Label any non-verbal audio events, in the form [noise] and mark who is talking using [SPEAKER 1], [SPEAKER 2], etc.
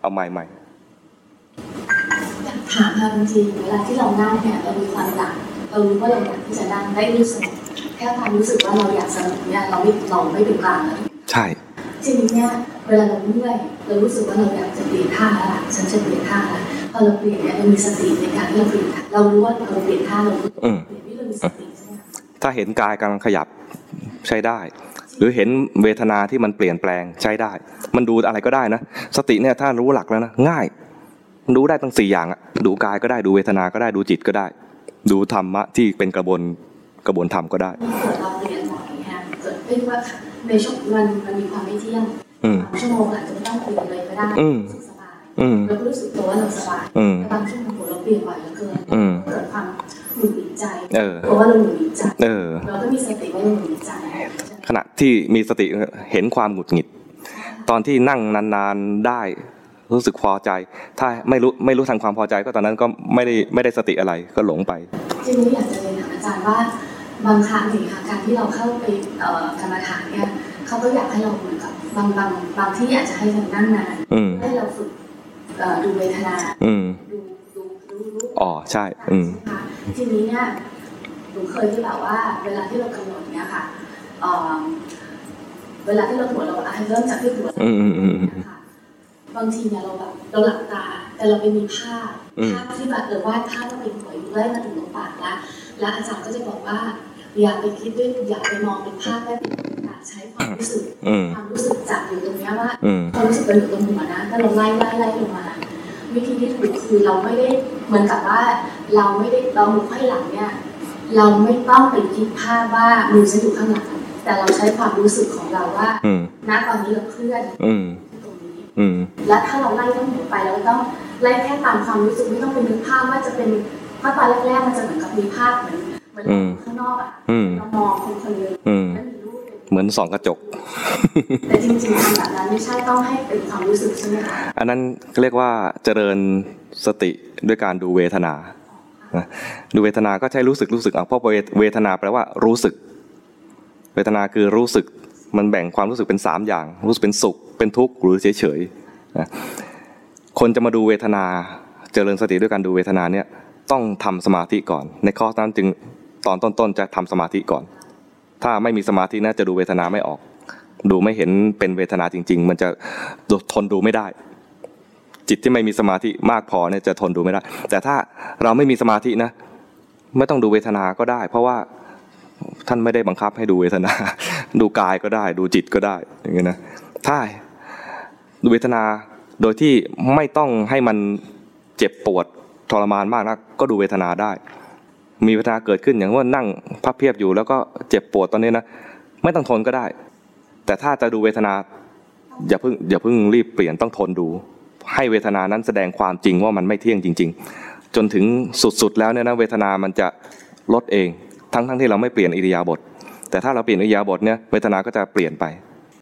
[SPEAKER 1] เอาใหม่ใหม่
[SPEAKER 2] ถามเราบางทีเวลาที่เรานั่งเนี่ยเรามีความอยากเรารู้ว่าเราอยากที่จะนั่งได้รู้สึกแค่ความรู้สึกว่าเราอยากสนุกเนี่ยเราไม่เราไม่เป็นกลางเลย
[SPEAKER 1] ใช่
[SPEAKER 2] ทีนี้เนี่ยเวลาเราเมื่อยเรารู้สึกว่าเราอยากจะเปลี่ยนท่าแล้วล่ะฉันจะเปลี่ยนท่าละพอเราเปลี่ยนเนี่ยเรามีสติในการที่เราเปลี่ยนท่าเรารู้ว่าเราเปลี่ยนท่าเราเปลี่ยน
[SPEAKER 1] อืม
[SPEAKER 2] นี่เรามีสติใช่ไหมคะ
[SPEAKER 1] ถ้าเห็นกายกำลังขยับใช้ได้ หรือเห็นเวทนาที่มันเปลี่ยนแปลงใช้ได้ มันดูอะไรก็ได้นะ สติเนี่ยถ้ารู้หลักแล้วนะง่ายมันรู้ได้ตั้งสี่อย่างอะดูกายก็ได้ดูเวทนาก็ได้ดูจิตก็ได้ ดูธรรมะที่เป็นกระบวนกระบวนธรรมก็ได้
[SPEAKER 2] นี่เกิดเราเปลี่ยนหน่อยนะคะเกิดเป็นว่าในช่วงวันมันมีความไม่เที่ยง
[SPEAKER 1] อืม
[SPEAKER 2] บางชั่วโมงอาจจะไม่ต้องเปลี่ยนเลยก็ได้
[SPEAKER 1] อืม
[SPEAKER 2] รู้สึกสบาย
[SPEAKER 1] อืม
[SPEAKER 2] เราก็รู้สึกตัวว่าเราสบาย
[SPEAKER 1] อืม
[SPEAKER 2] บางช่วงหัวเราเปลี่ยนบ่อยเหลือเกิน
[SPEAKER 1] อืม
[SPEAKER 2] เกิดความหงุดหงิดใจ
[SPEAKER 1] เออ
[SPEAKER 2] เพราะว่าเราหงุดหงิดใจ
[SPEAKER 1] เออ
[SPEAKER 2] เราก็มีสติว่าเราหงุดหงิดใจ
[SPEAKER 1] ขณะที่มีสติเห็นความหงุดหงิด ตอนที่นั่งนานๆได้รู้สึกพอใจ ถ้าไม่รู้ไม่รู้ทางความพอใจก็ตอนนั้นก็ไม่ได้ไม่ได้สติอะไรก็หลงไป
[SPEAKER 2] ทีนี้อยากจะเรียนถามอาจารย์ว่าบางครั้งเนี่ยค่ะการที่เราเข้าไปเอ่อกรรมฐานเนี่ยเขาก็อยากให้เราเหมือนกับบางบางบางที่อยากจะให้เรานั่งนาน
[SPEAKER 1] อืม
[SPEAKER 2] ให้เราฝึกเอ่อดูเวทนา
[SPEAKER 1] อืม
[SPEAKER 2] ดูดูรู้รู้
[SPEAKER 1] อ๋อใช่ อืม
[SPEAKER 2] ค่ะทีนี้เนี่ยหนูเคยที่แบบว่า เวลาที่เรากำหนดเนี่ยค่ะเอ่อเวลาที่เราหัวเราอ่ะให้เริ่มจากที่หัว
[SPEAKER 1] อืมอืมอืม
[SPEAKER 2] นะคะบางทีเนี่ยเราแบบเราหลับตา แต่เราไปมีภาพ
[SPEAKER 1] อืม
[SPEAKER 2] ภาพที่แบบหรือว่าภาพมันเป็นหัวอยู่เรื่อยมาถึงตรงปากแล้วแล้วอาจารย์ก็จะบอกว่า อย่าไปคิดด้วยอย่าไปมองเป็นภาพแค่เป็นตาใช้ความรู้สึก
[SPEAKER 1] อืม
[SPEAKER 2] ความรู้สึกจับอยู่ตรงเนี้ยว่า
[SPEAKER 1] อืม
[SPEAKER 2] ความรู้สึกเป็นอยู่ตรงหัวนะถ้าเราไล่ไล่ไล่ลงมา วิธีที่ถูกคือเราไม่ได้เหมือนกับว่า เราไม่ได้เราหนูให้หลังเนี่ยเราไม่ต้องไปคิดภาพว่ามือฉันอยู่ข้างหลังแต่เราใช้ความรู้สึกของเราว่า
[SPEAKER 1] อืม
[SPEAKER 2] ณตอนนี้เราเคลื่อน
[SPEAKER 1] อืม
[SPEAKER 2] ตรงนี้
[SPEAKER 1] อืม
[SPEAKER 2] และถ้าเราไล่ต้องหัวไปแล้วต้องไล่แค่ตามความรู้สึกไม่ต้องเป็นนึกภาพว่าจะเป็นเพราะตอนแรกๆมันจะเหมือนกับมีภาพเหมือนเหมือนข้างนอกอะ
[SPEAKER 1] อืม
[SPEAKER 2] เรามองคนคนหนึง
[SPEAKER 1] อืม
[SPEAKER 2] แล้วมีรูปเป็น
[SPEAKER 1] เหมือนส่องกระจก
[SPEAKER 2] แต่จริงๆทำแบบนั้นไม่ใช่ต้องให้เป็นความรู้สึกใช่ไหมคะ
[SPEAKER 1] อันนั้นเรียกว่าเจริญสติด้วยการดูเวทนานะดูเวทนาก็ใช้รู้สึกรู้สึกเอาเพราะเวเวทนาแปลว่ารู้สึก เวทนาคือรู้สึก มันแบ่งความรู้สึกเป็นสามอย่าง รู้สึกเป็นสุข เป็นทุกข์หรือเฉยเฉยๆนะคนจะมาดูเวทนา เจริญสติด้วยการดูเวทนาเนี่ยต้องทำสมาธิก่อน ในข้อนั้นจึงตอนต้นๆจะทำสมาธิก่อน ถ้าไม่มีสมาธินะจะดูเวทนาไม่ออก ดูไม่เห็นเป็นเวทนาจริง ๆ มันจะทนดูไม่ได้ จิตที่ไม่มีสมาธิมากพอเนี่ยจะทนดูไม่ได้ แต่ถ้าเราไม่มีสมาธินะ ไม่ต้องดูเวทนาก็ได้ เพราะว่าท่านไม่ได้บังคับให้ดูเวทนา [laughs] ดูกายก็ได้ ดูจิตก็ได้อย่างเงี้ยนะถ้าดูเวทนาโดยที่ไม่ต้องให้มันเจ็บปวดทรมานมากนะก็ดูเวทนาได้ มีเวทนาเกิดขึ้นอย่างว่านั่งพับเพียบอยู่ แล้วก็เจ็บปวดตอนนี้นะไม่ต้องทนก็ได้ แต่ถ้าจะดูเวทนา อย่าเพิ่งอย่าเพิ่งรีบเปลี่ยนต้องทนดู ให้เวทนานั้นแสดงความจริงว่ามันไม่เที่ยงจริง ๆ จนถึงสุดๆแล้วเนี่ยนะเวทนามันจะลดเอง ทั้งๆที่เราไม่เปลี่ยนอิริยาบถแต่ถ้าเราเปลี่ยนอิริยาบถเนี่ยเวทนาก็จะเปลี่ยนไป